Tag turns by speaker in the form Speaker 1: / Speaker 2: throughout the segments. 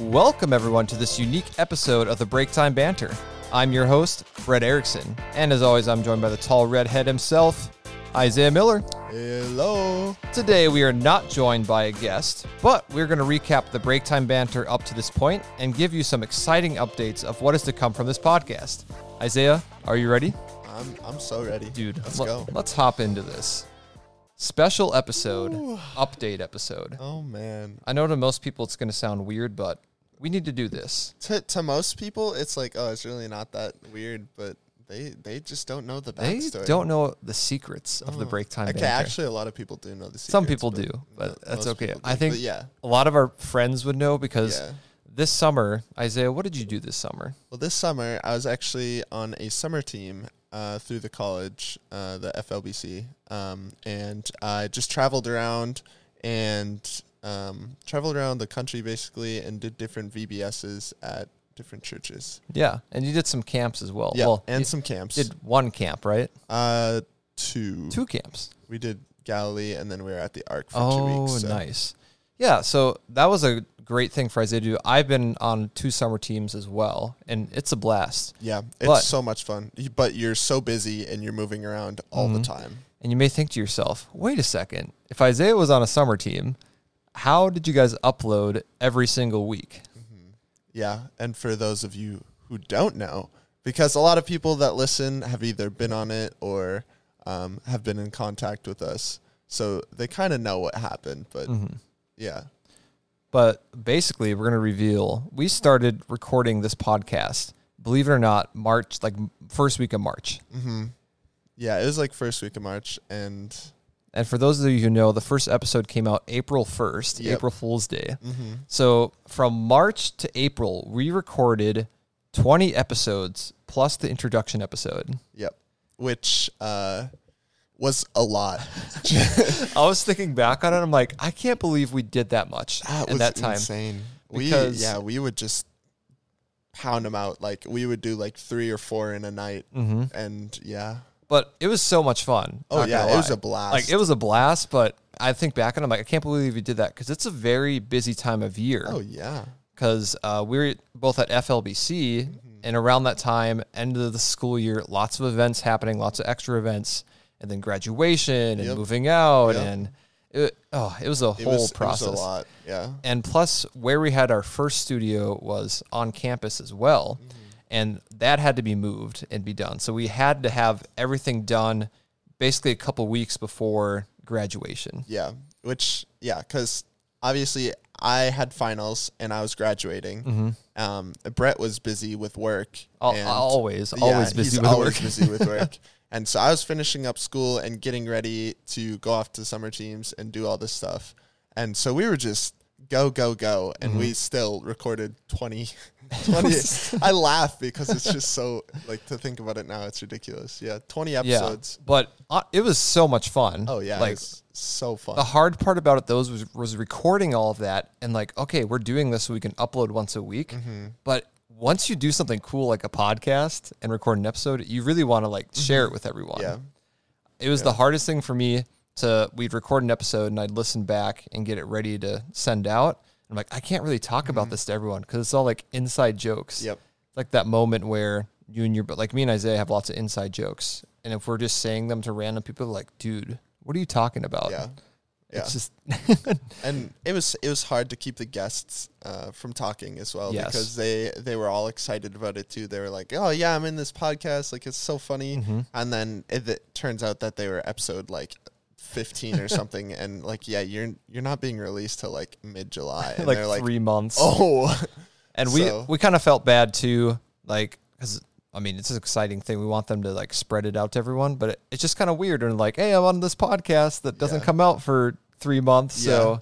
Speaker 1: Welcome, everyone, to this unique episode of the Break Time Banter. I'm your host, Fred Erickson. And as always, I'm joined by the tall redhead himself, Isaiah Miller.
Speaker 2: Hello.
Speaker 1: Today, we are not joined by a guest, but we're going to recap the break time banter up to this point and give you some exciting updates of what is to come from this podcast. Isaiah, are you ready?
Speaker 2: I'm I'm so ready.
Speaker 1: Dude,
Speaker 2: let's
Speaker 1: let-
Speaker 2: go.
Speaker 1: Let's hop into this special episode, update episode.
Speaker 2: Oh man.
Speaker 1: I know to most people it's going to sound weird, but we need to do this.
Speaker 2: To to most people it's like, oh, it's really not that weird, but they they just don't know the
Speaker 1: They
Speaker 2: backstory.
Speaker 1: don't know the secrets of the break time
Speaker 2: Hmm. Okay,
Speaker 1: banter.
Speaker 2: actually a lot of people do know the secrets,
Speaker 1: Some people do, but that's
Speaker 2: most
Speaker 1: okay.
Speaker 2: people do.
Speaker 1: I think
Speaker 2: But yeah.
Speaker 1: a lot of our friends would know because
Speaker 2: Yeah.
Speaker 1: this summer, Isaiah, what did you do this summer?
Speaker 2: Well, this summer I was actually on a summer team uh, through the college, uh, the FLBC, um, and I just traveled around and um, traveled around the country basically and did different VBSs at different churches.
Speaker 1: Yeah, and you did some camps as well.
Speaker 2: Yeah,
Speaker 1: well,
Speaker 2: and
Speaker 1: you
Speaker 2: some camps.
Speaker 1: did one camp, right?
Speaker 2: uh, two.
Speaker 1: Two camps.
Speaker 2: We did Galilee, and then we were at the Ark for two
Speaker 1: Oh,
Speaker 2: weeks. so-
Speaker 1: nice. Yeah, so that was a great thing for Isaiah to do. I've been on two summer teams as well, and it's a blast.
Speaker 2: Yeah, it's
Speaker 1: But-
Speaker 2: so much fun. You- But you're so busy and you're moving around all
Speaker 1: Mm-hmm.
Speaker 2: the time.
Speaker 1: And you may think to yourself, wait a second, if Isaiah was on a summer team, how did you guys upload every single week?
Speaker 2: Yeah, and for those of you who don't know, because a lot of people that listen have either been on it or um, have been in contact with us, so they kind of know what happened. But
Speaker 1: Mm-hmm.
Speaker 2: yeah,
Speaker 1: But basically, we're going to reveal we started recording this podcast, believe it or not, March, like first week of March.
Speaker 2: yeah, it was like first week of March, and
Speaker 1: And for those of you who know, the first episode came out April 1st,
Speaker 2: Yep. Mm-hmm.
Speaker 1: April Fool's Day. So from March to April, we recorded 20 episodes plus the introduction episode.
Speaker 2: yep, which uh, was a lot.
Speaker 1: I was thinking back on it. I'm like, I can't believe we did that much
Speaker 2: That
Speaker 1: in
Speaker 2: was
Speaker 1: that time.
Speaker 2: insane. We
Speaker 1: Because-
Speaker 2: yeah, we would just pound them out. Like we would do like three or four in a night, and yeah,
Speaker 1: But it was so much fun.
Speaker 2: Oh,
Speaker 1: Mm-hmm. not
Speaker 2: yeah,
Speaker 1: gonna
Speaker 2: it was
Speaker 1: lie.
Speaker 2: a blast.
Speaker 1: Like it was a blast. But I think back on, it, I'm like, I can't believe we did that because it's a very busy time of year.
Speaker 2: oh yeah,
Speaker 1: because uh, we were both at FLBC,
Speaker 2: Mm-hmm.
Speaker 1: and around that time, end of the school year, lots of events happening, lots of extra events, and then graduation and moving out,
Speaker 2: Yep.
Speaker 1: and it, oh, it was a
Speaker 2: it
Speaker 1: whole
Speaker 2: was
Speaker 1: process.
Speaker 2: It was a lot. Yeah,
Speaker 1: And plus, where we had our first studio was on campus as well,
Speaker 2: Mm-hmm.
Speaker 1: and that had to be moved and be done. So we had to have everything done basically a couple weeks before graduation.
Speaker 2: yeah. Which yeah, because obviously I had finals and I was graduating. Um, Brett was busy with work.
Speaker 1: Mm-hmm. Al-
Speaker 2: and-
Speaker 1: always,
Speaker 2: Yeah,
Speaker 1: always busy
Speaker 2: he's
Speaker 1: with
Speaker 2: always
Speaker 1: work.
Speaker 2: busy with work. And so I was finishing up school and getting ready to go off to summer teams and do all this stuff. And so we were just go, go, go. And
Speaker 1: Mm-hmm.
Speaker 2: we still recorded 20. 20 I laugh because it's just so, like, to think about it now, it's ridiculous. Yeah, 20 episodes.
Speaker 1: Yeah, but uh, it was so much fun.
Speaker 2: Oh, yeah.
Speaker 1: like
Speaker 2: it's so fun.
Speaker 1: the hard part about it those was, was recording all of that and like okay we're doing this so we can upload once a week
Speaker 2: Mm-hmm.
Speaker 1: but once you do something cool like a podcast and record an episode you really want to like share it with everyone
Speaker 2: Mm-hmm. Yeah.
Speaker 1: it was the hardest thing for me to we'd record an episode and i'd listen back and get it ready to send out i'm like i can't really talk about this to everyone because it's all like inside jokes
Speaker 2: Mm-hmm. Yep.
Speaker 1: It's like that moment where you and your but like me and isaiah have lots of inside jokes and if we're just saying them to random people they're like dude what are you talking about
Speaker 2: Yeah.
Speaker 1: it's just
Speaker 2: and it was it was hard to keep the guests uh, from talking as well
Speaker 1: Yes.
Speaker 2: because they they were all excited about it too. They were like, "Oh yeah, I'm in this podcast. Like it's so funny."
Speaker 1: Mm-hmm.
Speaker 2: And then it, it turns out that they were episode like 15 or something, and like yeah, you're you're not being released till like mid July. And
Speaker 1: like
Speaker 2: they're like,
Speaker 1: three months.
Speaker 2: "Oh,
Speaker 1: and we
Speaker 2: so-
Speaker 1: we kind of felt bad too, like because I mean it's an exciting thing. We want them to like spread it out to everyone, but it, it's just kind of weird. And like, hey, I'm on this podcast that doesn't
Speaker 2: Yeah.
Speaker 1: come out for three months, so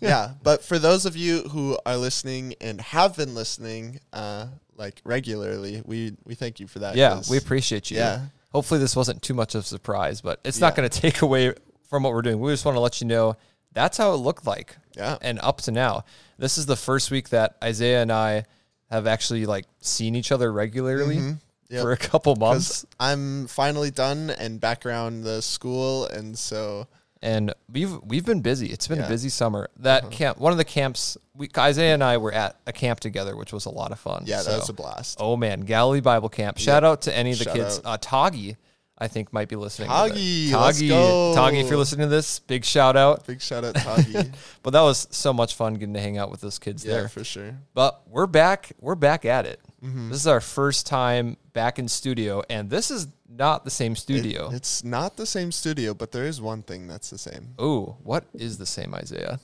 Speaker 2: yeah." But for those of you who are listening and have been listening, uh, like regularly, we we thank you for that.
Speaker 1: yeah,
Speaker 2: 'cause-
Speaker 1: we appreciate you.
Speaker 2: Yeah.
Speaker 1: Hopefully this wasn't too much of a surprise, but it's not
Speaker 2: Yeah.
Speaker 1: going to take away from what we're doing. We just want to let you know that's how it looked like.
Speaker 2: Yeah.
Speaker 1: And up to now, this is the first week that Isaiah and I have actually like seen each other regularly
Speaker 2: Mm-hmm. Yep.
Speaker 1: for a couple months.
Speaker 2: because I'm finally done and back around the school, and so
Speaker 1: and we've we've been busy. It's been
Speaker 2: Yeah. Uh-huh.
Speaker 1: a busy summer. That camp, one of the camps, we, Isaiah and I were at a camp together, which was a lot of fun.
Speaker 2: Yeah,
Speaker 1: So-
Speaker 2: that was a blast.
Speaker 1: Oh man, Galilee Bible Camp. Shout out to any of the
Speaker 2: Shout
Speaker 1: kids.
Speaker 2: out.
Speaker 1: Uh, Toggy, I think might be listening. to
Speaker 2: Toggy,
Speaker 1: that.
Speaker 2: let's
Speaker 1: Toggy,
Speaker 2: go.
Speaker 1: Toggy, if you're listening to this, big shout out.
Speaker 2: Big shout out Toggy.
Speaker 1: But that was so much fun getting to hang out with those kids
Speaker 2: yeah,
Speaker 1: there.
Speaker 2: for sure.
Speaker 1: But we're back. We're back at it.
Speaker 2: Mm-hmm.
Speaker 1: This is our first time back in studio, and this is not the same studio.
Speaker 2: It's not the same studio, but there is one thing that's the same.
Speaker 1: oh, what is the same, Isaiah?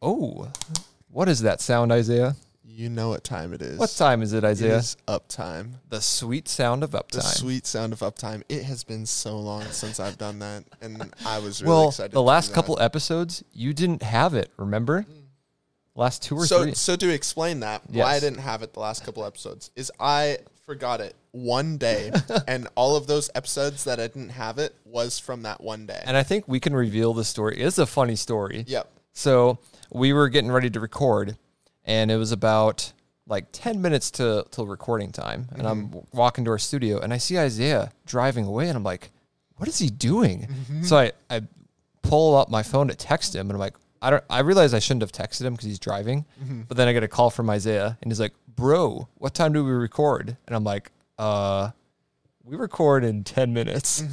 Speaker 1: Oh, what is that sound, Isaiah?
Speaker 2: You know what time it is.
Speaker 1: What time is it,
Speaker 2: It
Speaker 1: Isaiah?
Speaker 2: is uptime.
Speaker 1: the sweet sound of
Speaker 2: The
Speaker 1: uptime.
Speaker 2: sweet sound of uptime. It has been so long since I've done that, and I was really
Speaker 1: well,
Speaker 2: excited.
Speaker 1: the
Speaker 2: to
Speaker 1: last
Speaker 2: do that.
Speaker 1: couple episodes, you didn't have it. Remember, last two or
Speaker 2: So,
Speaker 1: three.
Speaker 2: so to explain that, why I
Speaker 1: Yes.
Speaker 2: didn't have it the last couple episodes is I forgot it one day, and all of those episodes that I didn't have it was from that one day.
Speaker 1: And I think we can reveal the story. It's a funny story.
Speaker 2: yep.
Speaker 1: So we were getting ready to record, and it was about like ten minutes to till recording time. And I'm w- walking to our studio, and I see Isaiah driving away, and I'm like, "What is he doing?" So I I pull up my phone to text him, and I'm like, "I don't." I realize I shouldn't have texted him because he's driving, but then I get a call from Isaiah, and he's like, "Bro, what time do we record?" And I'm like, "Uh." We record in ten minutes.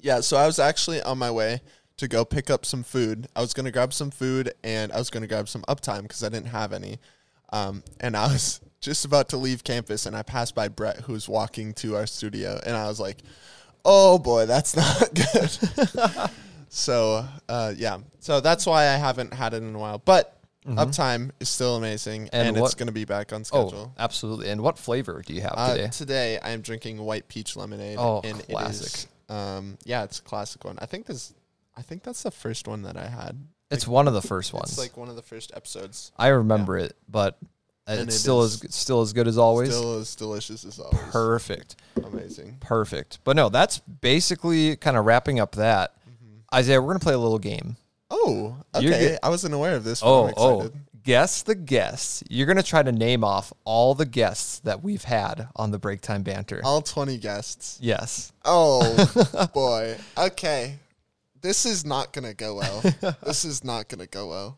Speaker 2: Yeah. So I was actually on my way to go pick up some food. I was gonna grab some food, and I was gonna grab some uptime because I didn't have any. Um, and I was just about to leave campus, and I passed by Brett, who was walking to our studio, and I was like, "Oh boy, that's not good." So uh, yeah, so that's why I haven't had it in a while. But uptime is still amazing, and,
Speaker 1: Mm-hmm. And
Speaker 2: it's
Speaker 1: what-
Speaker 2: going to be back on
Speaker 1: Oh,
Speaker 2: schedule.
Speaker 1: absolutely! And what flavor do you have
Speaker 2: uh,
Speaker 1: today?
Speaker 2: today I am drinking white peach lemonade.
Speaker 1: Oh,
Speaker 2: and
Speaker 1: classic.
Speaker 2: It is, um, yeah, it's a classic one. I think this, I think that's the first one that I had.
Speaker 1: It's one of the first ones.
Speaker 2: It's like one of the first episodes.
Speaker 1: I remember it, but
Speaker 2: And
Speaker 1: it's
Speaker 2: it
Speaker 1: still
Speaker 2: is.
Speaker 1: as still as good as always.
Speaker 2: Still as delicious as always.
Speaker 1: perfect,
Speaker 2: amazing.
Speaker 1: perfect. But no, that's basically kind of wrapping up that.
Speaker 2: Mm-hmm.
Speaker 1: Isaiah, we're gonna play a little game.
Speaker 2: Oh, okay.
Speaker 1: You're good.
Speaker 2: I wasn't aware of this. But
Speaker 1: Oh,
Speaker 2: I'm
Speaker 1: oh,
Speaker 2: excited.
Speaker 1: guess the guests. You're gonna try to name off all the guests that we've had on the break time banter.
Speaker 2: All twenty guests.
Speaker 1: yes,
Speaker 2: Oh boy. Okay. This is not gonna go well. This is not gonna go well.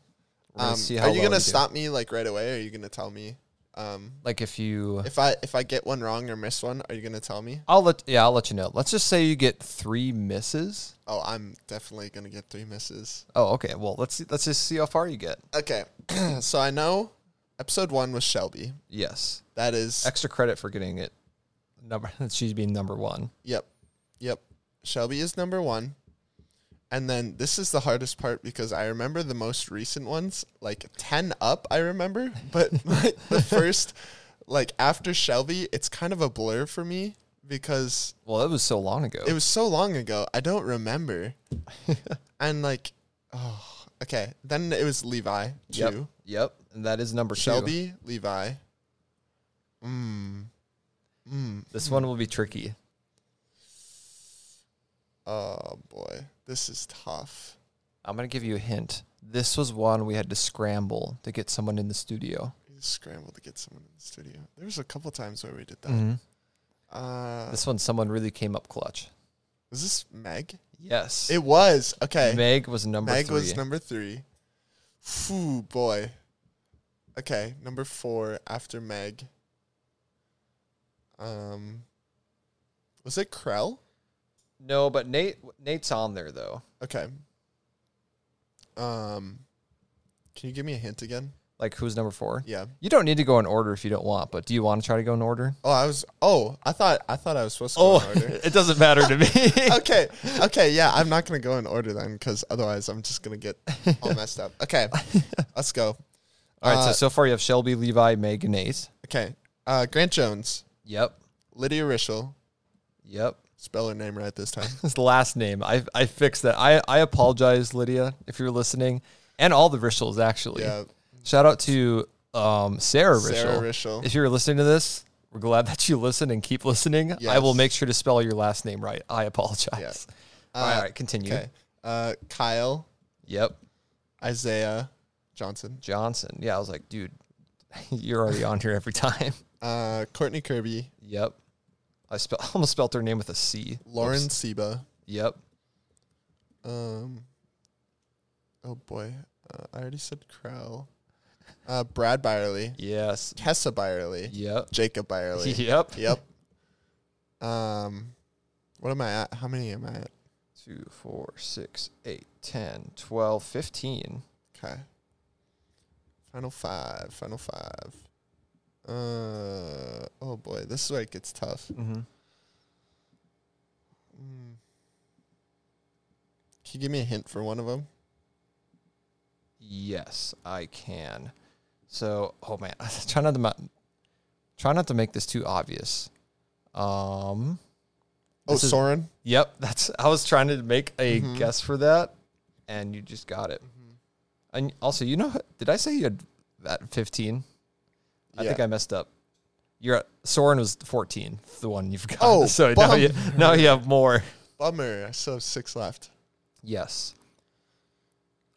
Speaker 1: We're gonna
Speaker 2: Um,
Speaker 1: see how
Speaker 2: are you
Speaker 1: well
Speaker 2: gonna
Speaker 1: we do.
Speaker 2: stop me like right away? Or are you gonna tell me? Um,
Speaker 1: like if you.
Speaker 2: if I if I get one wrong or miss one, are you gonna tell me?
Speaker 1: I'll let yeah, I'll let you know. Let's just say you get three misses.
Speaker 2: Oh, I'm definitely gonna get three misses.
Speaker 1: Oh, okay. Well, let's see, let's just see how far you get.
Speaker 2: Okay. so I know episode one was Shelby.
Speaker 1: Yes,
Speaker 2: That is
Speaker 1: extra credit for getting it. Number she's being number one.
Speaker 2: Yep. Yep. Shelby is number one. And then this is the hardest part because I remember the most recent ones, like 10 up, I remember. But like, the first, like after Shelby, it's kind of a blur for me because
Speaker 1: Well, it was so long ago.
Speaker 2: it was so long ago. I don't remember. and like, oh, okay. Then it was Levi, two.
Speaker 1: Yep. Yep. And that is number two.
Speaker 2: Shelby, Levi. Mmm. Mmm.
Speaker 1: This one will be tricky.
Speaker 2: Oh, boy. This is tough.
Speaker 1: I'm going to give you a hint. This was one we had to scramble to get someone in the studio.
Speaker 2: We just scrambled to get someone in the studio. There was a couple times where we did that.
Speaker 1: Mm-hmm.
Speaker 2: Uh,
Speaker 1: Mm. This one, someone really came up clutch.
Speaker 2: was this Meg?
Speaker 1: Yes.
Speaker 2: It was. Okay. Meg,
Speaker 1: Meg was number three.
Speaker 2: was number three. Phew, boy. Okay, number four after Meg. Um, was it Krell?
Speaker 1: no, but Nate Nate's on there, though.
Speaker 2: Okay. Um, can you give me a hint again?
Speaker 1: Like, who's number four?
Speaker 2: Yeah.
Speaker 1: You don't need to go in order if you don't want, but do you want to try to go in order?
Speaker 2: Oh, I was. Oh, I thought I thought I was supposed to go in order.
Speaker 1: Oh, it doesn't matter to me.
Speaker 2: okay, okay, yeah, I'm not gonna go in order then, because otherwise I'm just gonna get all messed up. Okay, let's go.
Speaker 1: All right, so
Speaker 2: Uh,
Speaker 1: so far you have Shelby, Levi, Meg, and Nate.
Speaker 2: Okay, uh, Grant Jones,
Speaker 1: Yep.
Speaker 2: Lydia Rischel,
Speaker 1: Yep.
Speaker 2: spell her name right this time.
Speaker 1: His last name. I I fixed that. I, I apologize, Lydia, if you're listening, and all the Rishels actually.
Speaker 2: Yeah,
Speaker 1: Shout out to um, Sarah Rishel.
Speaker 2: Sarah Rischel.
Speaker 1: If you're listening to this, we're glad that you listen and keep listening. I will
Speaker 2: Yes.
Speaker 1: make sure to spell your last name right. I apologize. all, right, all right, continue.
Speaker 2: Okay, uh, Kyle,
Speaker 1: Yep,
Speaker 2: Isaiah Johnson,
Speaker 1: Johnson. Yeah, I was like, dude, you're already on here every time.
Speaker 2: uh, Courtney Kirby,
Speaker 1: Yep, I spell almost spelled her name with a C. Oops.
Speaker 2: Lauren Seba,
Speaker 1: Yep,
Speaker 2: Um. Oh boy, uh, I already said Crow. Uh, Brad Byerly,
Speaker 1: Yes.
Speaker 2: Tessa Byerly,
Speaker 1: Yep.
Speaker 2: Jacob Byerly.
Speaker 1: Yep.
Speaker 2: yep. Um, what am I at? How many am I at?
Speaker 1: Two, four, six, eight, ten, twelve, fifteen.
Speaker 2: Okay. Final five. Final five. Uh oh boy, this is where it gets tough.
Speaker 1: Mm-hmm.
Speaker 2: Mm. Can you give me a hint for one of them?
Speaker 1: Yes, I can. So, oh man, try not to ma- try not to make this too obvious. Um.
Speaker 2: Oh,
Speaker 1: This is-
Speaker 2: Soren.
Speaker 1: Yep. That's. I was trying to make a
Speaker 2: Mhm.
Speaker 1: guess for that, and you just got it. And also, you know, did I say you had that fifteen? I think
Speaker 2: Yeah.
Speaker 1: I messed up. You're at, Soren was fourteen, the one you've got.
Speaker 2: Oh,
Speaker 1: so now you,
Speaker 2: bummer.
Speaker 1: now you have more.
Speaker 2: Bummer. I still have six left.
Speaker 1: Yes.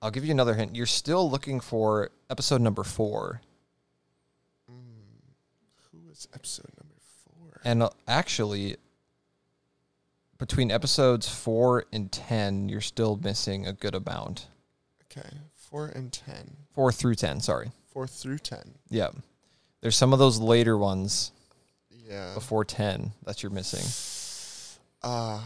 Speaker 1: I'll give you another hint. You're still looking for episode number four.
Speaker 2: Hmm. Who was episode number four?
Speaker 1: And uh, actually, between episodes four and 10, you're still missing a good amount.
Speaker 2: Okay, four and ten.
Speaker 1: Four through 10, sorry.
Speaker 2: Four through ten.
Speaker 1: Yeah. There's some of those later ones
Speaker 2: Yeah.
Speaker 1: before 10 that you're missing.
Speaker 2: Uh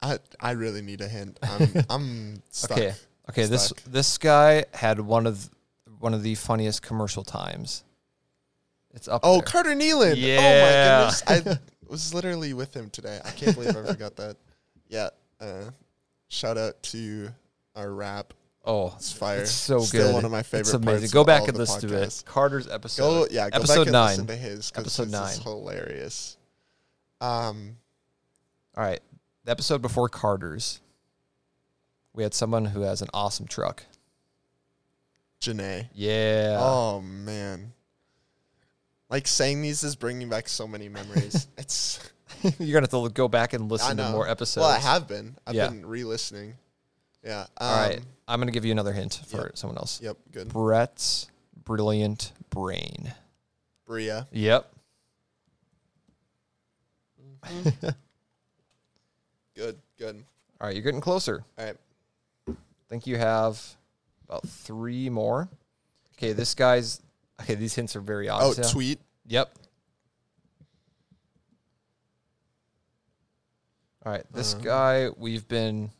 Speaker 2: I I really need a hint. I'm I'm stuck.
Speaker 1: Okay. Okay, this
Speaker 2: Stuck.
Speaker 1: this guy had one of one of the funniest commercial times. It's up
Speaker 2: Oh,
Speaker 1: there.
Speaker 2: Carter Nealon.
Speaker 1: Yeah.
Speaker 2: Oh my goodness. I was literally with him today. I can't believe I forgot that. Yeah. Uh, shout out to our rap.
Speaker 1: Oh,
Speaker 2: It's fire.
Speaker 1: It's so
Speaker 2: Still
Speaker 1: good.
Speaker 2: one of my favorite
Speaker 1: It's amazing.
Speaker 2: parts
Speaker 1: go
Speaker 2: of
Speaker 1: back
Speaker 2: all
Speaker 1: and
Speaker 2: the
Speaker 1: listen to it.
Speaker 2: podcasts.
Speaker 1: Carter's
Speaker 2: Go
Speaker 1: episode.
Speaker 2: yeah, go
Speaker 1: episode
Speaker 2: back and
Speaker 1: nine.
Speaker 2: listen to his because
Speaker 1: Episode
Speaker 2: this is
Speaker 1: nine.
Speaker 2: hilarious. Um
Speaker 1: All right, the episode before Carter's, we had someone who has an awesome truck.
Speaker 2: Janae.
Speaker 1: Yeah.
Speaker 2: Oh man. Like saying these is bringing back so many memories. it's
Speaker 1: You're gonna have to go back and
Speaker 2: I
Speaker 1: listen to
Speaker 2: know.
Speaker 1: more episodes.
Speaker 2: Well, I have been. I've
Speaker 1: Yeah.
Speaker 2: been re-listening. Yeah. Um,
Speaker 1: All right, I'm gonna give you another hint for
Speaker 2: yep.
Speaker 1: someone else.
Speaker 2: Yep. Good.
Speaker 1: Brett's brilliant brain.
Speaker 2: Bria.
Speaker 1: Yep.
Speaker 2: Good. Good.
Speaker 1: All right, you're getting closer.
Speaker 2: All right.
Speaker 1: I think you have about three more. Okay, this guy's. Okay, these hints are very
Speaker 2: Oh,
Speaker 1: obvious. now.
Speaker 2: tweet.
Speaker 1: Yep. All right, this
Speaker 2: Uh-huh.
Speaker 1: guy we've been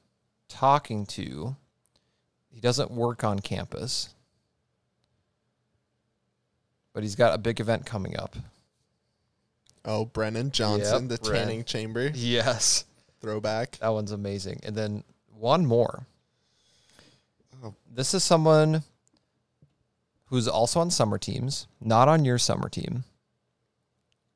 Speaker 1: talking to, he doesn't work on campus, but he's got a big event coming up.
Speaker 2: Oh, Brennan Johnson,
Speaker 1: Yep,
Speaker 2: the
Speaker 1: Bren.
Speaker 2: tanning chamber
Speaker 1: Yes,
Speaker 2: throwback.
Speaker 1: that one's amazing. And then one more.
Speaker 2: Oh.
Speaker 1: This is someone who's also on summer teams, not on your summer team,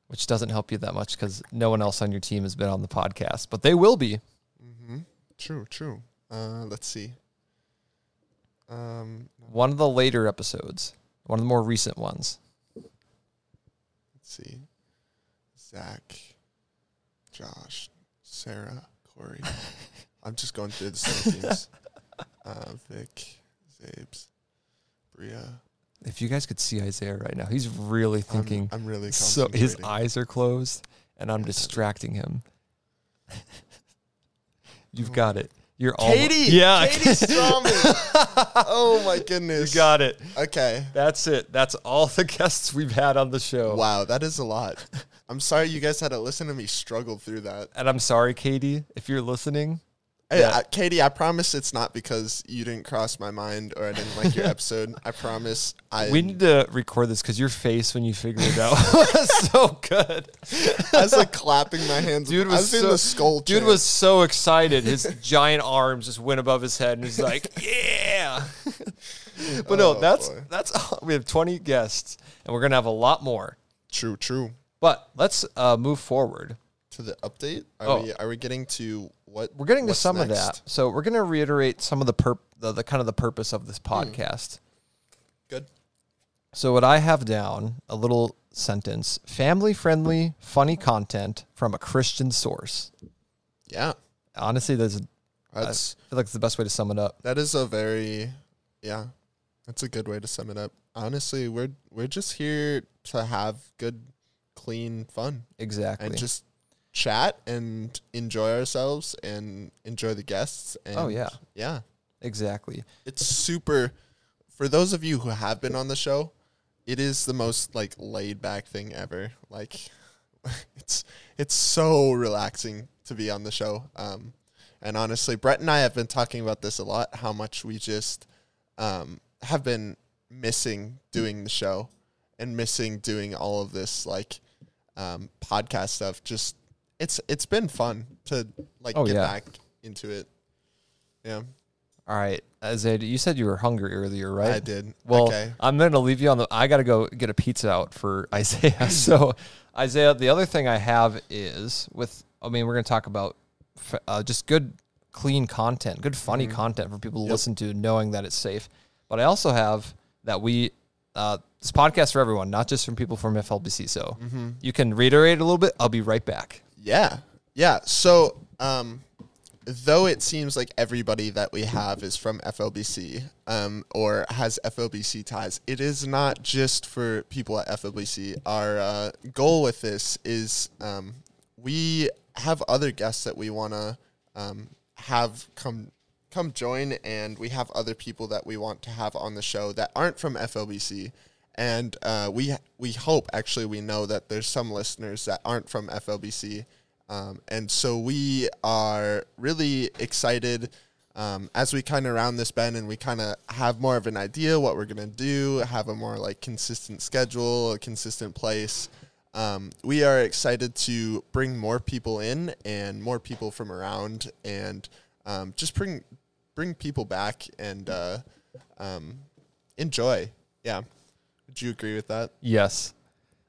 Speaker 1: which doesn't help you that much because no one else on your team has been on the podcast, but they will be.
Speaker 2: Mm-hmm. True. True. Uh, let's see. Um,
Speaker 1: One of the later episodes, one of the more recent ones.
Speaker 2: let's see. Zach, Josh, Sarah, Corey. I'm just going through the same teams. Uh, Vic, Zabes, Bria.
Speaker 1: If you guys could see Isaiah right now, he's really
Speaker 2: I'm-
Speaker 1: thinking.
Speaker 2: I'm, really
Speaker 1: so his
Speaker 2: concentrating.
Speaker 1: eyes are closed, and I'm distracting him. You've got it. You're all
Speaker 2: Oh. Katie.
Speaker 1: yeah.
Speaker 2: Katie Stroman. oh my
Speaker 1: you
Speaker 2: goodness.
Speaker 1: got it.
Speaker 2: Okay.
Speaker 1: That's it. That's all the guests we've had on the show.
Speaker 2: Wow, that is a lot. I'm sorry you guys had to listen to me struggle through that.
Speaker 1: And I'm sorry, Katie, if you're listening.
Speaker 2: Hey,
Speaker 1: Yeah.
Speaker 2: I- Katie, I promise it's not because you didn't cross my mind or I didn't like your episode. I promise. I
Speaker 1: We need to record this because your face when you figured it out was so good.
Speaker 2: I was like clapping my hands.
Speaker 1: Dude
Speaker 2: I
Speaker 1: was
Speaker 2: was doing
Speaker 1: so-
Speaker 2: the skull.
Speaker 1: Dude
Speaker 2: chant.
Speaker 1: was so excited. His giant arms just went above his head, and he's like, "Yeah." but no,
Speaker 2: Oh,
Speaker 1: that's
Speaker 2: boy.
Speaker 1: that's all. we have 20 guests, and we're gonna have a lot more.
Speaker 2: true, true.
Speaker 1: But let's uh, move forward.
Speaker 2: To the update, are
Speaker 1: Oh.
Speaker 2: we are we getting to what
Speaker 1: We're getting
Speaker 2: what's
Speaker 1: to some of
Speaker 2: next?
Speaker 1: that, so we're gonna reiterate some of the perp the, the kind of the purpose of this
Speaker 2: Hmm.
Speaker 1: podcast.
Speaker 2: Good.
Speaker 1: So what I have down a little sentence: family friendly, funny content from a Christian source.
Speaker 2: Yeah,
Speaker 1: Honestly, that's I
Speaker 2: that's
Speaker 1: feel like it's the best way to sum it up.
Speaker 2: That is a very, yeah, that's a good way to sum it up. Honestly, we're we're just here to have good, clean fun
Speaker 1: Exactly.
Speaker 2: and just chat and enjoy ourselves and enjoy the guests. And
Speaker 1: Oh, yeah.
Speaker 2: yeah.
Speaker 1: Exactly.
Speaker 2: It's super. For those of you who have been on the show, it is the most like laid back thing ever. Like, it's it's so relaxing to be on the show. Um, and honestly, Brett and I have been talking about this a lot. How much we just um, have been missing doing the show and missing doing all of this like um, podcast stuff. Just it's it's been fun to like
Speaker 1: Oh,
Speaker 2: get
Speaker 1: yeah.
Speaker 2: back into it. Yeah,
Speaker 1: All right, Isaiah, you said you were hungry earlier, right?
Speaker 2: I did.
Speaker 1: Well,
Speaker 2: okay.
Speaker 1: I'm going to leave you on the. I got to go get a pizza out for Isaiah. so, Isaiah, the other thing I have is with. I mean, we're going to talk about f- uh, just good, clean content, good, funny
Speaker 2: Mm-hmm.
Speaker 1: content for people to listen to, knowing that it's safe. But I also have that we. Uh, this podcast for everyone, not just from people from FLBC. So
Speaker 2: Mm-hmm.
Speaker 1: you can reiterate a little bit. I'll be right back.
Speaker 2: Yeah. Yeah. So, um, though it seems like everybody that we have is from FLBC um, or has FLBC ties, it is not just for people at FLBC. Our uh, goal with this is um, we have other guests that we want to um, have come come join and we have other people that we want to have on the show that aren't from FLBC and uh, we we hope actually we know that there's some listeners that aren't from FLBC um, and so we are really excited um, as we kind of round this bend and we kind of have more of an idea what we're gonna do have a more like consistent schedule a consistent place um, we are excited to bring more people in and more people from around and um, just bring bring people back and uh, um, enjoy. Yeah, would you agree with that?
Speaker 1: Yes,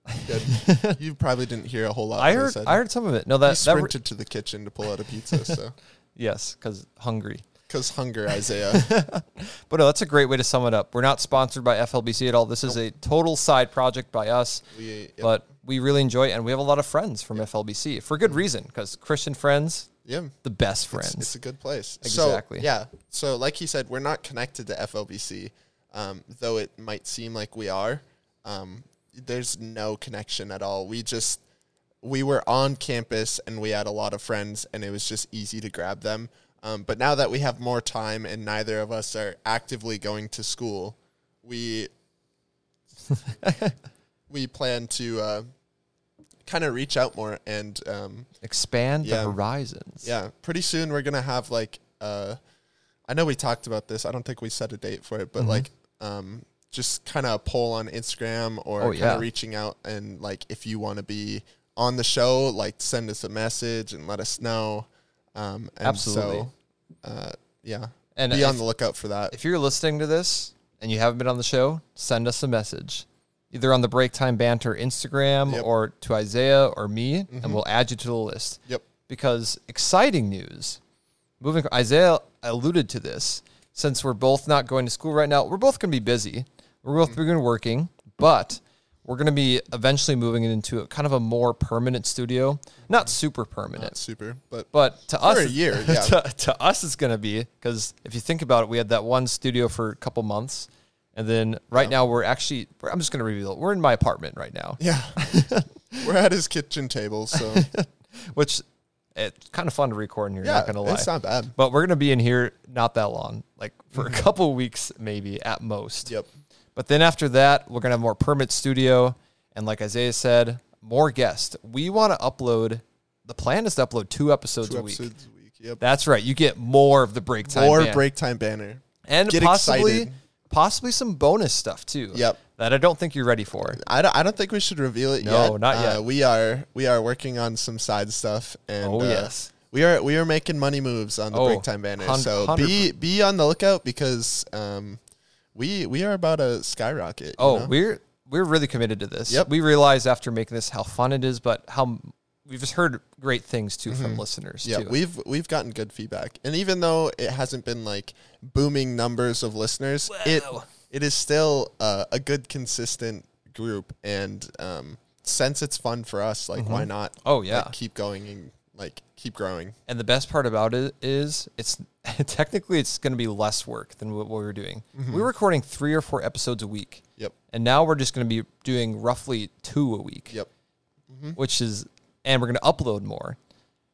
Speaker 2: Good. you probably didn't hear a whole lot.
Speaker 1: I
Speaker 2: that
Speaker 1: heard.
Speaker 2: said.
Speaker 1: I heard some of it. No,
Speaker 2: He
Speaker 1: that that re-
Speaker 2: sprinted to the kitchen to pull out a pizza. So,
Speaker 1: yes, because hungry.
Speaker 2: because hunger, Isaiah.
Speaker 1: But no, that's a great way to sum it up. We're not sponsored by FLBC at all. This is a total side project by us,
Speaker 2: We- yep.
Speaker 1: but we really enjoy it, and we have a lot of friends from FLBC for good reason because Christian friends,
Speaker 2: yeah.
Speaker 1: the best friends.
Speaker 2: It's a good place.
Speaker 1: Exactly.
Speaker 2: So, yeah. So, like he said, we're not connected to FLBC, um, though it might seem like we are. Um, there's no connection at all. We just we were on campus and we had a lot of friends, and it was just easy to grab them. Um, but now that we have more time and neither of us are actively going to school, we we plan to uh, kind of reach out more and um,
Speaker 1: Expand
Speaker 2: Yeah.
Speaker 1: the horizons.
Speaker 2: yeah, pretty soon we're gonna have like uh, I know we talked about this. I don't think we set a date for it,
Speaker 1: Mm-hmm.
Speaker 2: but like um, just kind of a poll on Instagram or
Speaker 1: Oh,
Speaker 2: kind of
Speaker 1: yeah.
Speaker 2: reaching out and like if you want to be on the show, like send us a message and let us know. Um, and
Speaker 1: Absolutely.
Speaker 2: So, uh, yeah,
Speaker 1: And
Speaker 2: be on
Speaker 1: if-
Speaker 2: the lookout for that.
Speaker 1: Uh, If you're listening to this and you haven't been on the show, send us a message. Either on the Break Time Banter Instagram
Speaker 2: Yep. Mm-hmm.
Speaker 1: or to Isaiah or me, and we'll add you to the list.
Speaker 2: Yep.
Speaker 1: Because exciting news. Moving Isaiah alluded to this. Since we're both not going to school right now, we're both going to be busy. We're both
Speaker 2: Mm.
Speaker 1: going to be working, but we're going to be eventually moving it into a kind of a more permanent studio. Not super permanent,
Speaker 2: That's super, but
Speaker 1: but to us,
Speaker 2: a year, yeah.
Speaker 1: to, to us, it's going to be because if you think about it, we had that one studio for a couple months, and then right now we're actually. we're- I'm just going to reveal it. We're in my apartment right now,
Speaker 2: yeah, we're at his kitchen table, so
Speaker 1: which it's kind of fun to record in here.
Speaker 2: yeah,
Speaker 1: not going to lie,
Speaker 2: it's not bad.
Speaker 1: but we're going to be in here not that long, like for
Speaker 2: Mm-hmm.
Speaker 1: a couple weeks maybe at most.
Speaker 2: Yep.
Speaker 1: But then after that, we're going to have more permit studio. And like Isaiah said, more guests. We want to upload, the plan is to upload two episodes
Speaker 2: Two
Speaker 1: a week.
Speaker 2: episodes a week. Yep.
Speaker 1: That's right. You get more of the break time.
Speaker 2: or
Speaker 1: band.
Speaker 2: break time banner.
Speaker 1: And
Speaker 2: Get
Speaker 1: possibly,
Speaker 2: excited.
Speaker 1: possibly some bonus stuff too.
Speaker 2: Yep. Uh,
Speaker 1: That I don't think you're ready for.
Speaker 2: I don't, I don't think we should reveal it
Speaker 1: No,
Speaker 2: yet.
Speaker 1: not
Speaker 2: Uh,
Speaker 1: yet.
Speaker 2: we are we are working on some side stuff and
Speaker 1: Oh,
Speaker 2: uh,
Speaker 1: yes.
Speaker 2: We are we are making money moves on the
Speaker 1: Oh,
Speaker 2: break time banner.
Speaker 1: hun-
Speaker 2: so
Speaker 1: hundred
Speaker 2: be be on the lookout because um we we are about to skyrocket. you
Speaker 1: Oh,
Speaker 2: know?
Speaker 1: we're we're really committed to this.
Speaker 2: uh-huh. Yep.
Speaker 1: We realize after making this how fun it is, but how we've just heard great things too from listeners
Speaker 2: Mm-hmm. yeah,
Speaker 1: too.
Speaker 2: we've we've gotten good feedback. And even though it hasn't been like booming numbers of listeners, it
Speaker 1: Wow.
Speaker 2: it is still uh, a good consistent group and um since it's fun for us, like why not
Speaker 1: Oh,
Speaker 2: like,
Speaker 1: yeah.
Speaker 2: keep going and like keep growing.
Speaker 1: And the best part about it is it's technically it's going to be less work than what, what we were doing.
Speaker 2: Mm-hmm.
Speaker 1: We were recording three or four episodes a week,
Speaker 2: Yep.
Speaker 1: and now we're just going to be doing roughly two a week,
Speaker 2: Yep.
Speaker 1: which is and we're going to upload more.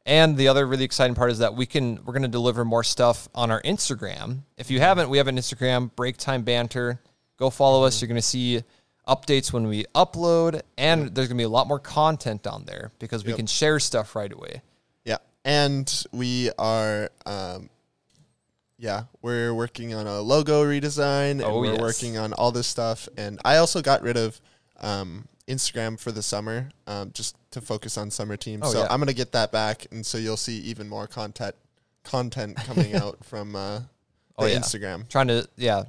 Speaker 1: And the other really exciting part is that we can we're going to deliver more stuff on our Instagram. If you haven't, we have an Instagram Break Time Banter. Go follow us. You're going to see updates when we upload, and there's going to be a lot more content on there because we
Speaker 2: Yep.
Speaker 1: can share stuff right away.
Speaker 2: Yeah, and we are, um, yeah, we're working on a logo redesign, and
Speaker 1: Oh,
Speaker 2: we're
Speaker 1: yes.
Speaker 2: working on all this stuff. And I also got rid of um, Instagram for the summer, um, just to focus on summer teams.
Speaker 1: Oh,
Speaker 2: so
Speaker 1: yeah.
Speaker 2: I'm gonna get that back, and so you'll see even more content content coming out from uh, the
Speaker 1: Oh, yeah.
Speaker 2: Instagram.
Speaker 1: trying to yeah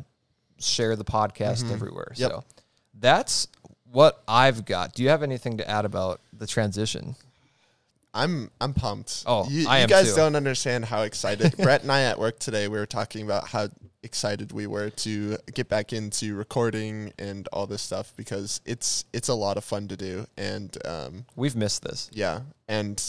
Speaker 1: share the podcast everywhere.
Speaker 2: Mm-hmm. Yep.
Speaker 1: So that's what I've got. Do you have anything to add about the transition?
Speaker 2: I'm I'm pumped.
Speaker 1: Oh,
Speaker 2: you,
Speaker 1: I
Speaker 2: you
Speaker 1: am
Speaker 2: guys
Speaker 1: too.
Speaker 2: don't understand how excited Brett and I at work today. We were talking about how excited we were to get back into recording and all this stuff because it's it's a lot of fun to do and um,
Speaker 1: We've missed this.
Speaker 2: yeah, and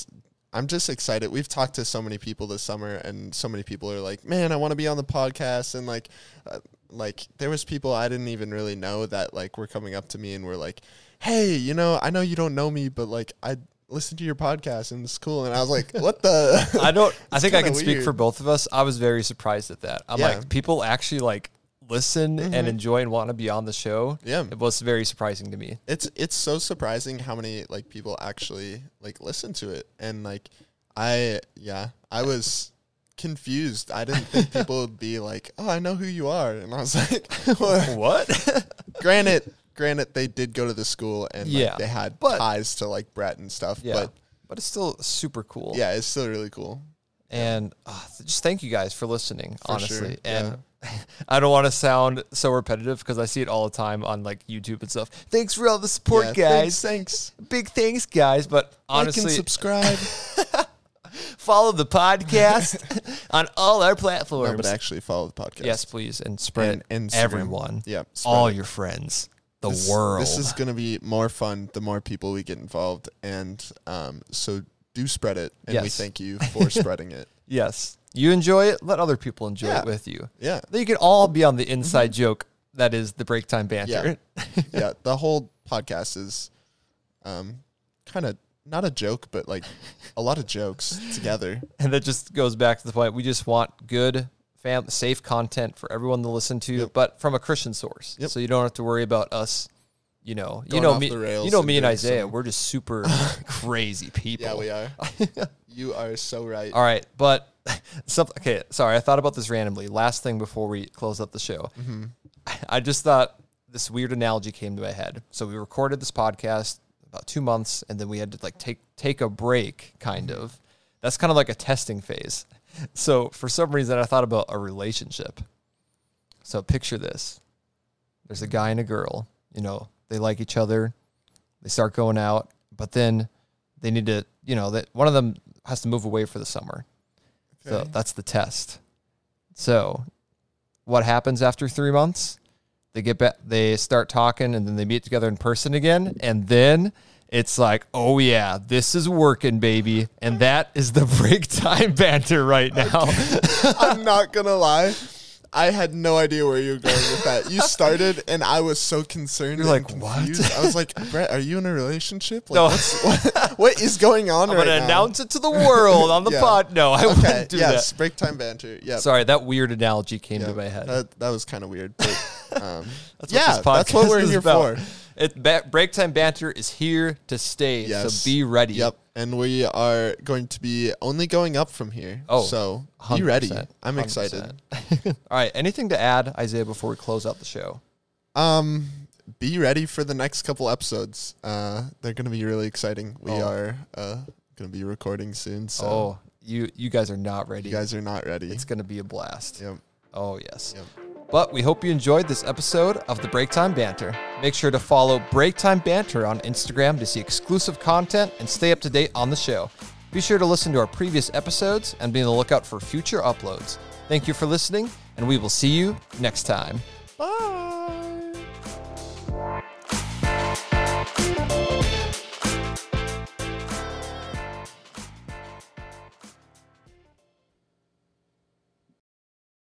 Speaker 2: I'm just excited. We've talked to so many people this summer, and so many people are like, "Man, I want to be on the podcast." And like, uh, like there was people I didn't even really know that like were coming up to me and were like, "Hey, you know, I know you don't know me, but like I listened to your podcast and it's cool." And I was like, "What the?"
Speaker 1: I don't I think I
Speaker 2: kinda
Speaker 1: can speak for
Speaker 2: weird.
Speaker 1: both of us. I was very surprised at that. I'm
Speaker 2: Yeah. Mm-hmm.
Speaker 1: like people actually like listen and enjoy and want to be on the show.
Speaker 2: Yeah.
Speaker 1: It was very surprising to me.
Speaker 2: it's it's so surprising how many like people actually like listen to it and like i yeah i was confused i didn't think people would be like oh i know who you are and i was like well,
Speaker 1: What?
Speaker 2: granted granted they did go to the school and like,
Speaker 1: Yeah,
Speaker 2: they had
Speaker 1: but-
Speaker 2: ties to like brett and stuff
Speaker 1: yeah. But,
Speaker 2: but
Speaker 1: it's still super cool.
Speaker 2: yeah it's still really cool
Speaker 1: And uh, just thank you guys for listening, honestly.
Speaker 2: sure,
Speaker 1: And I don't want to sound so repetitive because I see it all the time on like YouTube and stuff. Thanks for all the support,
Speaker 2: yeah,
Speaker 1: guys.
Speaker 2: thanks, thanks.
Speaker 1: Big thanks, guys. But
Speaker 2: like
Speaker 1: honestly,
Speaker 2: and subscribe
Speaker 1: follow the podcast on all our platforms.
Speaker 2: no, but actually follow the podcast
Speaker 1: yes, please. And spread
Speaker 2: And Instagram.
Speaker 1: everyone,
Speaker 2: yeah spread
Speaker 1: all
Speaker 2: it.
Speaker 1: your friends, the
Speaker 2: This-
Speaker 1: world.
Speaker 2: This is going to be more fun the more people we get involved, and um, so do spread it. And we
Speaker 1: Yes.
Speaker 2: thank you for spreading it.
Speaker 1: yes. You enjoy it, let other people enjoy
Speaker 2: Yeah. Mm-hmm.
Speaker 1: it with you.
Speaker 2: Yeah,
Speaker 1: Then you can all be on the inside joke that is the break time banter.
Speaker 2: yeah. The whole podcast is um, kind of not a joke, but like a lot of jokes together.
Speaker 1: and that just goes back to the point we just want good fam- safe content for everyone to listen to but from a christian source
Speaker 2: Yep.
Speaker 1: so you don't have to worry about us you know you
Speaker 2: Going
Speaker 1: know
Speaker 2: off
Speaker 1: me
Speaker 2: the rails
Speaker 1: you know
Speaker 2: and
Speaker 1: me and
Speaker 2: doing
Speaker 1: isaiah
Speaker 2: some-
Speaker 1: we're just super crazy people
Speaker 2: Yeah, we are. you are so right.
Speaker 1: all right but some, okay sorry i thought about this randomly last thing before we close up the show i just thought this weird analogy came to my head so we recorded this podcast about two months and then we had to like take take a break kind of that's kind of like a testing phase so for some reason i thought about a relationship so picture this there's a guy and a girl you know they like each other they start going out but then they need to you know that one of them has to move away for the summer so
Speaker 2: Okay.
Speaker 1: that's the test so what happens after three months they get back they start talking and then they meet together in person again and then it's like oh yeah this is working baby and that is the break time banter right now
Speaker 2: I'm not gonna lie. I had no idea where you were going with that. You started, and I was so concerned. You're
Speaker 1: like, "What?"
Speaker 2: confused. I was like, Brett, are you in a relationship? Like,
Speaker 1: No.
Speaker 2: what's, what, what is going on
Speaker 1: i'm
Speaker 2: right
Speaker 1: gonna
Speaker 2: now?
Speaker 1: announce it to the world on the
Speaker 2: Yeah.
Speaker 1: pod no i
Speaker 2: Okay.
Speaker 1: wouldn't do
Speaker 2: yes. Break time banter. Yeah.
Speaker 1: that sorry that weird analogy came
Speaker 2: yeah.
Speaker 1: to my head
Speaker 2: That, that was kind of weird. But, um,
Speaker 1: That's
Speaker 2: yeah.
Speaker 1: what this
Speaker 2: that's what
Speaker 1: podcast
Speaker 2: we're
Speaker 1: is
Speaker 2: here
Speaker 1: about.
Speaker 2: for.
Speaker 1: It, ba- break time banter is here to stay.
Speaker 2: Yes.
Speaker 1: So be ready.
Speaker 2: Yep. And we are going to be only going up from here.
Speaker 1: Oh,
Speaker 2: so be
Speaker 1: 100%,
Speaker 2: ready. I'm excited.
Speaker 1: 100%. All right. Anything to add, Isaiah, before we close out the show?
Speaker 2: Um, be ready for the next couple episodes. Uh, they're gonna be really exciting. We
Speaker 1: Oh.
Speaker 2: are uh gonna be recording soon, so
Speaker 1: Oh, you you guys are not ready.
Speaker 2: you guys are not ready.
Speaker 1: it's gonna be a blast.
Speaker 2: Yep.
Speaker 1: Oh yes.
Speaker 2: Yep.
Speaker 1: But we hope you enjoyed this episode of the Break Time Banter. Make sure to follow Break Time Banter on Instagram to see exclusive content and stay up to date on the show. Be sure to listen to our previous episodes and be on the lookout for future uploads. Thank you for listening, and we will see you next time.
Speaker 2: Bye.